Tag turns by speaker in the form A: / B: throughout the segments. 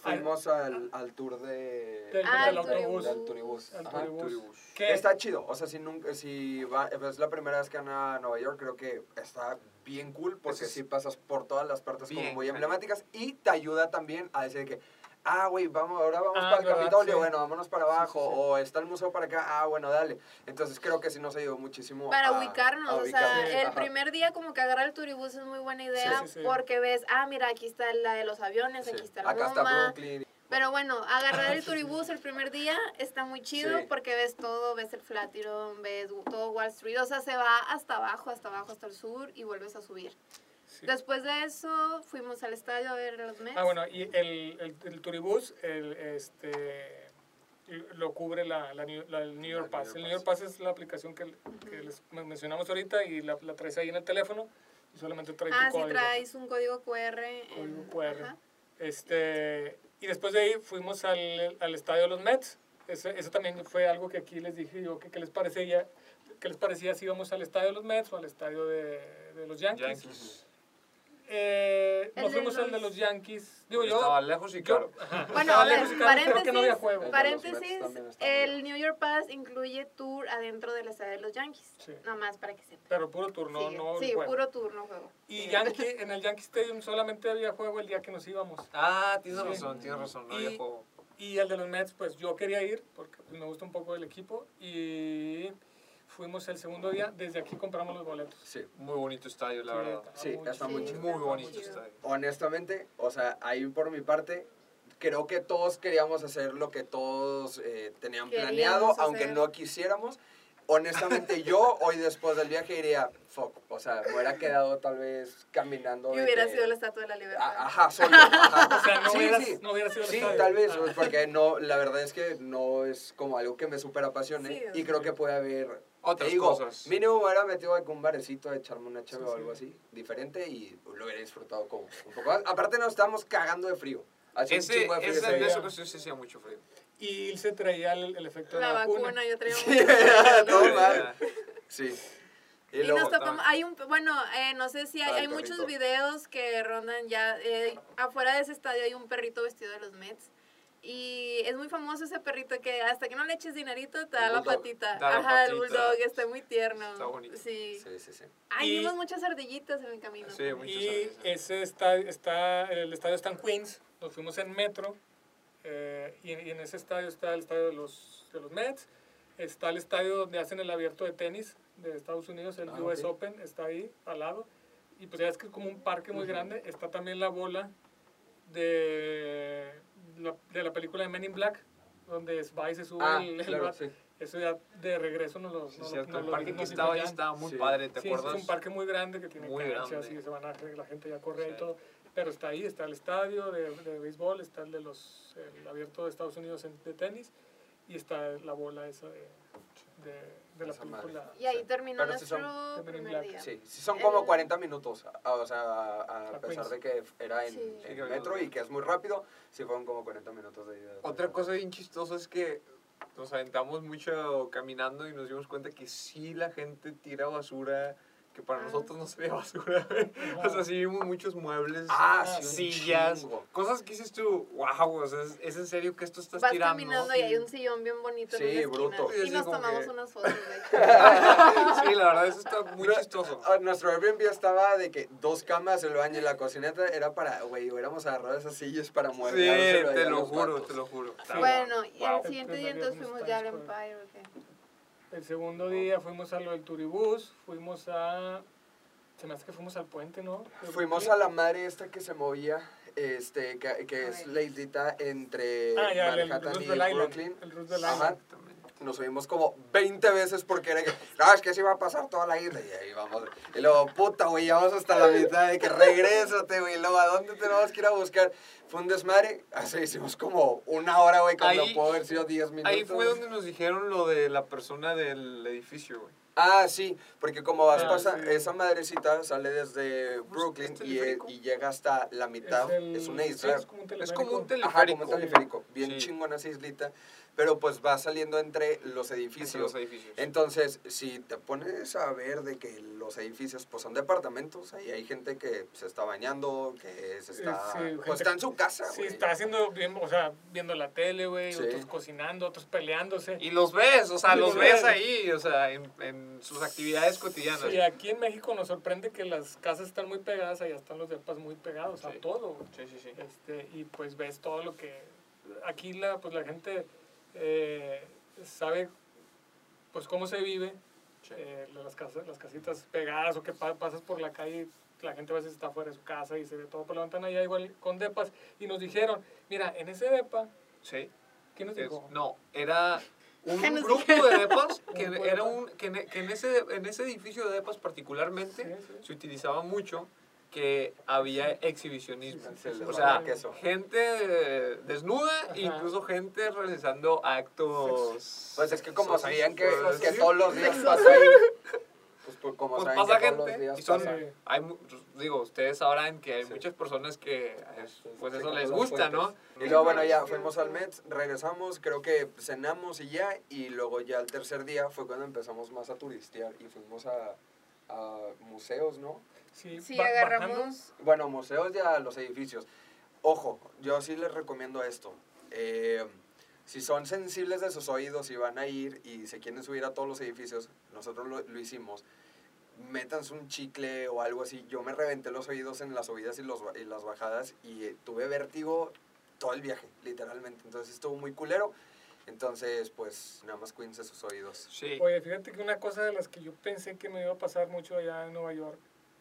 A: fuimos al, al tour de...
B: Del-
C: Ah,
B: del
C: el
B: autobús.
A: Del turibús.
B: Al
A: Ajá.
B: turibús.
D: Turibús.
B: Que-
A: Está chido, o sea, si, nunca, si va- es la primera vez que van a Nueva York, creo que está bien cool porque
D: Ese es-
A: sí pasas por todas las partes como
D: Bien,
A: muy
D: cañón.
A: emblemáticas y te ayuda también a decir que, ah, güey, vamos, ahora vamos
B: Ah,
A: para el
B: ¿verdad?
A: Capitolio,
B: Sí.
A: bueno, vámonos para abajo, o está el museo para acá, ah, bueno, dale. Entonces creo que sí nos ayudó muchísimo
C: Para
A: a-
C: ubicarnos,
A: a
C: o sea,
A: ubicarnos.
C: el
A: Ajá.
C: primer día como que agarrar el turibús es muy buena idea
B: sí, sí.
C: porque ves, ah, mira, aquí está la de los aviones,
A: Sí.
C: aquí está la
A: Acá está
C: goma.
A: Brooklyn.
C: Pero bueno, agarrar el turibús el primer día está muy chido
A: Sí.
C: porque ves todo, ves el Flatiron, ves todo Wall Street, o sea, se va hasta abajo, hasta abajo, hasta el sur y vuelves a subir.
B: Sí.
C: Después de eso fuimos al estadio a ver a los Mets.
B: Ah, bueno, y el, el, el turibús el, este, lo cubre la, la, New- la- el New York
A: La
B: Pass. El New York Pass es la aplicación que, que les men- mencionamos ahorita y la, la traes ahí en el teléfono y solamente trae
C: ah,
B: tu
C: sí,
B: código.
C: traes un código QR. en-
B: código QR.
C: ajá.
B: Este, y después de ahí fuimos al, al estadio de los Mets. Ese- eso también fue algo que aquí les dije yo, que qué les parecía, qué les parecía si íbamos al estadio de los Mets o al estadio de, de los Yankees.
D: Yankees.
B: Eh,
C: El
B: nos
C: de
B: fuimos al de
C: los-
B: los Yankees. Digo yo,
D: Estaba lejos y caro.
C: Bueno,
B: Estaba
C: a ver,
B: lejos y caro,
C: paréntesis,
B: creo que no había juego.
A: El de
C: paréntesis,
A: los Mets también está muy
C: el New York Pass incluye tour adentro del estadio de los Yankees,
B: Sí.
C: nada más para que sepan.
B: Pero puro turno,
C: sí,
B: no
C: sí,
B: juego.
C: puro tour, no juego.
B: Y Yankee, en el Yankee Stadium solamente había juego el día que nos íbamos.
D: Ah, tienes
B: Sí.
D: razón, tienes razón. No
B: Y-
D: había juego.
B: Y el de los Mets, pues yo quería ir porque pues, me gusta un poco el equipo. Y fuimos el segundo día. Desde aquí compramos los boletos.
A: Sí.
D: Muy bonito estadio, la
B: Sí,
D: verdad.
B: está
A: Sí, está muy
C: chido.
D: Muy bonito
C: chido.
D: estadio.
A: honestamente, o sea, ahí por mi parte, creo que todos queríamos hacer lo que todos eh, tenían
C: Queríamos
A: planeado, aunque
C: hacer.
A: no quisiéramos. Honestamente, yo hoy después del viaje diría, fuck, o sea, me hubiera quedado tal vez caminando.
C: Y
A: de
C: hubiera
A: que-
C: sido la Estatua de la Libertad.
A: A- Ajá, solo. ajá.
B: O sea, no,
A: Sí,
B: hubieras,
A: sí.
B: no hubiera sido el
A: Sí,
B: estadio.
A: tal vez,
B: Ah,
A: pues, porque no, la verdad es que no es como algo que me súper apasione
C: Sí, o
A: y
C: sea.
A: creo que puede haber
D: Otras
A: te digo,
D: cosas.
A: Mínimo me hubiera metido a un barecito a echarme una chave
B: Sí,
A: o
B: sí.
A: algo así, diferente y lo hubiera disfrutado como un poco más. Aparte nos estábamos cagando de frío. Hacía un
D: Ese,
A: chingo de frío
D: ese,
A: ese
D: en
A: día.
D: esa ocasión sí hacía mucho frío.
B: Y se traía el, el efecto de
C: la
B: la,
C: vacuna,
B: vacuna.
C: yo traía
A: Sí,
C: mucho
A: era todo
C: miedo.
A: mal. Sí. Y,
C: Y
A: luego,
C: nos topamos, hay un, bueno, eh, no sé si hay,
A: Ah, el
C: hay muchos
A: perrito.
C: videos que rondan ya, eh, afuera de ese estadio hay un perrito vestido de los Mets. Y es muy famoso ese perrito que hasta que no le eches dinerito te da
A: El
C: la
A: bulldog.
C: patita.
D: Da la
C: Ajá, el
D: patita.
C: bulldog, está muy tierno.
D: Está bonito.
C: Sí.
A: sí, sí, sí.
C: Ay,
B: Y-
C: vimos muchas ardillitas en el camino.
D: Sí, muy-
B: Y ese está, está, el estadio está en Queens, nos fuimos en metro, eh, y, en- y en ese estadio está el estadio de los, de los Mets, está el estadio donde hacen el abierto de tenis de Estados Unidos, el
A: Ah,
B: US
A: ok.
B: Open, está ahí al lado, y pues ya es que es como un parque muy grande, está también la bola de la, de la película de Men in Black, donde es- va y se sube
A: Ah,
B: el, el
A: claro,
B: bat.
A: sí.
B: Eso ya de regreso nos lo...
D: Sí,
B: nos lo-
D: cierto.
B: nos
D: El
B: lo-
D: parque que
B: nos
D: estaba ahí
B: enseñaron.
D: estaba muy
A: Sí.
D: padre, ¿te
B: Sí,
D: acuerdas?
B: es un parque muy grande que tiene
D: Muy
B: canchas
D: grande.
B: y se van a, la gente ya corre y
D: Sí.
B: todo. Pero está ahí, está el estadio de, de béisbol, está el de los el abierto de Estados Unidos en- de tenis y está la bola esa de, de, de la
A: Esa madre.
B: película.
C: Y ahí
A: Sí.
C: terminó
A: Pero sí
C: nuestro
A: son-
B: Men in
C: primer
B: Black.
C: día.
A: Sí, sí son como
C: El-
A: 40 minutos, a- a- o sea, a, a
B: A
A: pesar
B: Queens.
A: de que era en,
C: Sí.
A: en
C: Sí,
D: que
A: metro
D: habíamos-
A: y que es muy rápido, sí fueron como 40 minutos de ida.
D: Otra cosa bien chistosa es que nos aventamos mucho caminando y nos dimos cuenta que sí la gente tira basura, que para
C: Ah.
D: nosotros no sería basura. o sea, sí vimos muchos muebles,
A: Ah, sí, un
D: sillas,
A: chingo.
D: cosas que dices tú, wow, o sea, es, es en serio que esto estás
C: Vas
D: tirando.
C: caminando y hay un sillón bien bonito
A: Sí,
C: en una
A: bruto.
C: esquina.
D: Sí,
C: Y
D: sí,
C: nos
D: como
C: tomamos
D: que-
C: unas fotos, de hecho.
D: sí, la verdad, eso está muy
A: No,
D: chistoso.
A: Ah, Nuestro Airbnb estaba de que dos camas, el baño y la cocineta era para, güey, hubiéramos agarrado esas sillas para
D: Sí,
A: muertos.
D: te lo juro, te lo juro. Está
C: Bueno, y
D: guau.
C: al siguiente día
B: El primer
C: entonces
B: día
C: fuimos
B: fuimos
C: ya
B: a
C: al
B: Times Square.
C: Empire, ¿ok?
B: El segundo día fuimos a lo del turibús, fuimos a... Se me hace que fuimos al puente, ¿no?
A: Fuimos a la madre esta que se movía, este, que, que es la islita entre
B: Ah, ya, el,
A: Manhattan y
B: Roosevelt Island.
A: Brooklyn.
B: El Roosevelt
A: Ajá.
B: Island.
A: Nos subimos como 20 veces porque era que, no, es que se iba a pasar toda la isla. Y ahí vamos. Y luego, puta, güey, ya vamos hasta la mitad de que regrésate, güey. Luego, ¿a dónde tenemos que ir a buscar? Fue un desmadre. Así hicimos como una hora, güey, cuando
D: Ahí-
A: pudo haber sido 10 minutos.
D: Ahí fue donde nos dijeron lo de la persona del edificio, güey.
A: Ah, sí, porque como vas
B: Ah,
A: pasando,
B: sí.
A: esa madrecita sale desde Brooklyn
D: es
A: y, eh,
D: teleférico?
A: y llega hasta la mitad, es,
B: el-
A: una
B: sí,
A: isla.
B: es como un
D: Es como un
B: teleférico.
A: Ajá, como
D: teleférico.
A: un teleférico, bien
D: Sí.
A: chingona esa islita, pero pues va saliendo entre los
D: Entre
A: edificios.
D: los edificios.
A: Entonces, si te pones a ver de que los edificios pues son departamentos, ahí hay gente que se está bañando, que se está,
B: sí,
A: pues,
B: gente
A: está en su casa,
B: Sí,
A: güey.
B: está haciendo, bien- o sea, viendo la tele, güey,
A: Sí.
B: otros cocinando, otros peleándose.
D: Y los ves, o sea,
B: Y
D: los
B: los
D: ves
B: ves.
D: ahí, o sea, en, en sus actividades cotidianas.
B: Sí, aquí en México nos sorprende que las casas están muy pegadas, allá están los depas muy pegados
D: Sí.
B: a todo. güey.
D: Sí, sí, sí.
B: Este, y pues ves todo lo que... Aquí la, pues la gente eh, sabe pues cómo se vive,
D: Sí.
B: eh, las, casas, las casitas pegadas o que pa- pasas por la calle y la gente a veces está fuera de su casa y se ve todo por la ventana ya igual con depas y nos dijeron, mira, en ese depa,
D: Sí.
B: ¿quién nos
D: Es-
B: dijo?
D: no, era un
C: Que nos
D: grupo de depas que
B: grupo de
D: era
B: depas.
D: un que en, que en ese en ese edificio de depas particularmente
B: Sí, sí.
D: se utilizaba mucho que había exhibicionismo.
A: Se les
D: O
A: va
D: sea,
A: el queso.
D: gente eh, desnuda
B: Ajá.
D: e incluso gente realizando actos.
A: Pues es que como
D: sexuales.
A: sabían que, que
D: Sí.
A: todos los días pasa ahí, pues, pues, como
D: Pues
A: saben
D: pasa
A: que todos los
D: gente
A: días
D: y son
A: pasa.
B: Sí.
D: hay mu- pues, digo, ustedes sabrán que hay
A: Sí.
D: muchas personas que
A: Sí,
D: pues
A: sí,
D: eso
A: como
D: les
A: las
D: gusta, ¿no?
A: fuentes. Y luego, bueno, ya fuimos al Mets, regresamos, creo que cenamos y ya, y luego ya el tercer día fue cuando empezamos más a turistear y fuimos a, a museos, ¿no?
B: Sí,
C: Sí,
B: ba- bajando.
C: agarramos.
A: Bueno, museos ya los edificios. Ojo, yo sí les recomiendo esto. Eh, si son sensibles de sus oídos y van a ir y se quieren subir a todos los edificios, nosotros lo, lo hicimos, métanse un chicle o algo así. Yo me reventé los oídos en las subidas y, los, ba- y las bajadas y eh, tuve vértigo todo el viaje, literalmente. Entonces estuvo muy culero. Entonces, pues nada más cuídense sus oídos.
D: Sí.
B: Oye, fíjate que una cosa de las que yo pensé que me iba a pasar mucho allá en Nueva York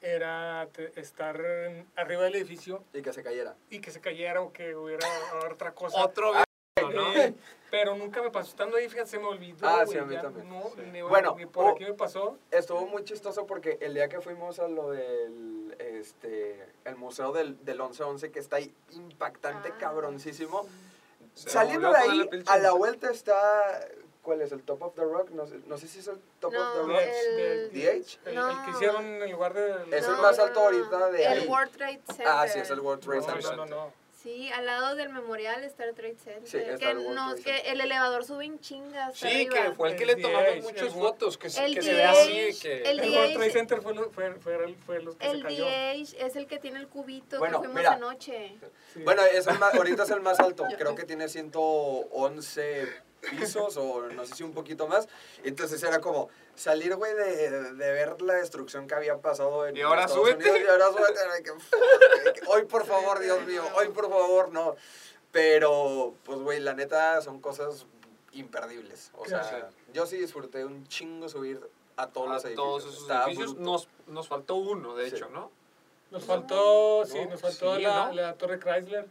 B: era te- estar en- arriba del edificio
A: Y que se cayera.
B: y que se cayera o que hubiera otra cosa.
D: Otro
A: Ah,
D: video, ¿no?
B: Eh, pero nunca me pasó. Estando ahí, fíjate, se me olvidó.
A: Ah, sí,
B: güey,
A: a mí
B: ya
A: también.
B: no,
D: Sí.
B: ni-
A: Bueno,
B: ni por
A: o-
B: aquí me pasó.
A: Estuvo muy chistoso porque el día que fuimos a lo del este, el museo del, del 1111, que está ahí impactante,
C: Ah,
A: cabroncísimo.
D: Se
A: Saliendo de
D: volvió a poner
A: ahí,
D: la piel
A: a la
D: chinita.
A: vuelta está. ¿Cuál es el Top of the Rock? No sé, no sé si es el Top
C: No,
A: of the Rock.
C: el-
A: DH?
B: El,
C: No.
B: el que hicieron en el lugar de.
A: Es el
C: No,
A: más
C: no,
A: alto
C: no,
A: ahorita
C: no.
A: de
C: El
A: ahí.
C: World Trade Center.
A: Ah, sí, es el World Trade
B: No,
A: Center.
B: no, no, no.
C: Sí, al lado del memorial está el Trade Center.
A: Sí, está
C: que,
A: el World
C: no,
A: Trade
C: que
A: Center.
C: el elevador sube en chingas.
D: Sí, que fue el que le
B: El
D: tomamos
B: 10,
D: muchas
B: el-
D: fotos, que, se-
C: el
D: que se ve así, de
C: 10,
D: que...
B: El,
C: el
B: World
C: 10.
B: Trade Center fue, lo- fue, fue, el- fue los que
C: El
B: se cayó.
C: DH es el que tiene el cubito
A: Bueno,
C: que fuimos
A: mira.
C: anoche.
B: Sí.
A: Bueno, es el más- ahorita es el más alto. Creo que tiene 111 pisos o no sé si un poquito más. Entonces era como salir, güey, de, de ver la destrucción que había pasado en
D: Y ahora
A: Estados
D: súbete.
A: Unidos, y ahora súbete. Ay, que fuck, que- Hoy, por favor, Dios mío, hoy, por favor, no. Pero, pues, güey, la neta son cosas imperdibles. O sea, yo sí disfruté un chingo subir a todos los
D: a
A: edificios.
D: todos esos
A: Estaba
D: edificios.
A: bruto.
D: Nos, nos faltó uno, de
A: Sí.
D: hecho, ¿no?
B: Nos faltó,
D: No,
B: sí, nos faltó
D: sí,
B: la,
D: ¿no?
B: la Torre Chrysler.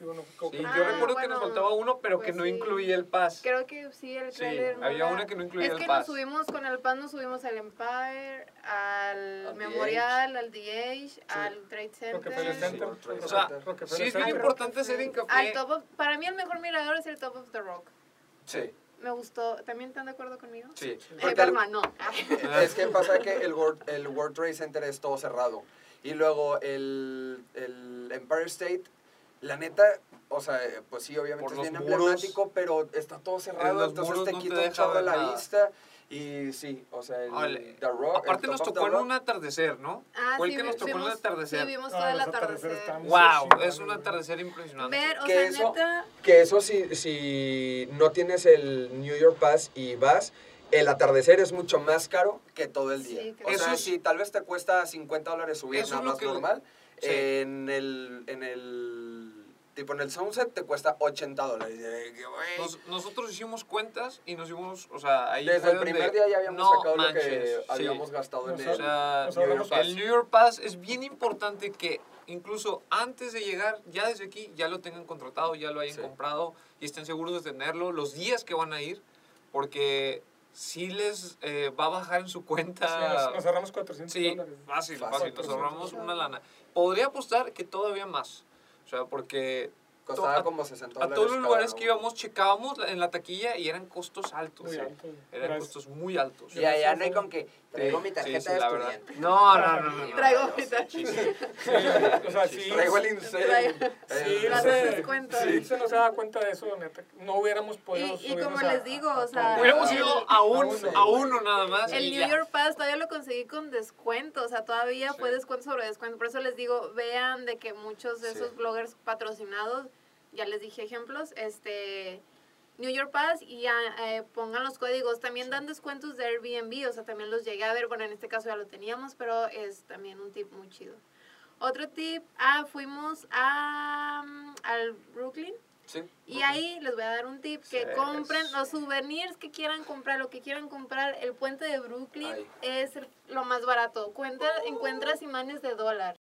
B: Digo, no, como
D: Sí,
B: que-
C: Ah,
D: yo recuerdo que nos
C: bueno,
D: faltaba uno, pero que
C: pues
D: no
C: sí.
D: incluía el paz.
C: Creo que sí, el
D: Sí,
C: trailer.
D: había una que no incluía
C: Es
D: el
C: que
D: Paz.
C: nos subimos con el PAS, nos subimos al Empire, al,
A: Al
C: Memorial, al DH, al Trade
B: Rockefeller
C: Center.
B: Center.
A: Sí, World Trade
B: O
D: Center.
B: sea,
D: Sí,
B: Rockefeller
D: es bien
C: Al
B: Center.
D: importante hacer
C: Rockefeller.
D: hincapié.
C: Al top of- para mí el mejor mirador es el Top of the Rock.
A: Sí.
C: Me gustó. ¿También están de acuerdo conmigo?
D: Sí.
C: Eh,
A: Porque-
C: Berman, no.
A: Es que pasa que el World, el World Trade Center es todo cerrado. Y luego el, el Empire State, la neta, o sea, eh, pues sí, obviamente
D: Por
A: es
D: los
A: bien
D: muros.
A: emblemático, pero está todo cerrado,
D: los
A: entonces
D: muros
A: te
D: no te
A: quita un
D: deja
A: chorro
D: ver
A: la
D: nada.
A: vista. Y sí, o sea, el
D: Ole.
A: The Rock.
D: Aparte
A: el
D: nos
A: Top of the
D: tocó en
A: Rock,
D: un atardecer, ¿no?
C: Ah,
D: Fue el
C: sí,
D: que nos
C: vi-
D: tocó en el
C: vimos- Sí,
D: atardecer.
C: vimos
B: Ah,
C: todo el
B: los atardeceres
C: atardecer.
B: están-
D: ¡Wow!
B: Sí,
D: Es un
B: chingones.
D: atardecer impresionante.
C: Ver, o
A: Que
C: sea,
A: eso-
C: neta,
A: Que eso si, si no tienes el New York Pass y vas, el atardecer es mucho más caro que todo el día.
C: Sí,
A: o
C: claro.
A: sea,
D: Eso es-
A: si tal vez te cuesta 50 dólares subir
D: Eso es
A: nada
D: lo
A: más
D: que-
A: normal,
D: sí.
A: en el... En el Tipo, en el Sunset te cuesta 80 dólares. Eh, que, güey,
D: Nos- nosotros hicimos cuentas y nos dimos, o sea, ahí
A: Desde
D: fue
A: el
D: donde-
A: primer día ya habíamos
D: No
A: sacado
D: manches,
A: lo
D: sí.
A: que habíamos gastado en
B: Nos
A: el...
D: O sea,
B: Nos ahorramos
A: New York Pass.
D: el New York Pass es bien importante que incluso antes de llegar, ya desde aquí, ya lo tengan contratado, ya lo hayan
A: Sí.
D: comprado y estén seguros de tenerlo los días que van a ir, porque si les eh, va a bajar en su
B: Sí, nos,
D: cuenta.
B: nos ahorramos 400
D: Sí,
B: dólares.
D: fácil,
A: Fácil.
D: fácil, nos ahorramos una lana. Podría apostar que todavía más, o sea, porque
A: Costaba
D: a-
A: como 60
D: A
A: dólares.
D: todos los
A: cada
D: lugares
A: uno.
D: que íbamos, checábamos la- en la taquilla y eran costos altos.
B: Muy
D: sí.
B: altos,
D: Eran
B: gracias.
D: costos muy altos.
A: Y allá no hay con que traigo
D: Sí,
A: mi tarjeta
D: sí,
A: de
D: la verdad.
A: estudiante.
D: No, no, no, no, no.
C: Traigo
A: Dios,
C: ahorita.
B: Sí, o sea, sí,
A: Traigo el INSEE.
C: Traigo-
B: sí,
A: Eh,
C: Las
B: se-
C: descuentos.
B: sí, se nos daba cuenta de eso, neta. No hubiéramos podido
C: Y, y
B: subirnos
C: como
B: a-
C: les digo,
B: a-
C: o sea,
D: Hubiéramos
A: Ah,
D: ido
A: sí.
D: a
B: A
D: uno,
B: uno.
D: a uno nada más.
C: El
D: y
C: New
D: ya.
C: York Pass todavía lo conseguí con descuento, o sea, todavía fue
D: Sí.
C: descuento sobre descuento. Por eso les digo, vean de que muchos de
A: Sí.
C: esos bloggers patrocinados, ya les dije ejemplos, este New York Pass y ah, eh, pongan los códigos. También dan descuentos de Airbnb, o sea, también los llegué a ver. Bueno, en este caso ya lo teníamos, pero es también un tip muy chido. Otro tip, ah, fuimos a, mm, al Brooklyn.
A: Sí.
C: Y ahí les voy a dar un tip, que
D: Sí,
C: compren
D: sí.
C: los souvenirs que quieran comprar, lo que quieran comprar. El puente de Brooklyn
A: Ay.
C: es el- lo más barato. Cuenta, encuentras imanes de dólar.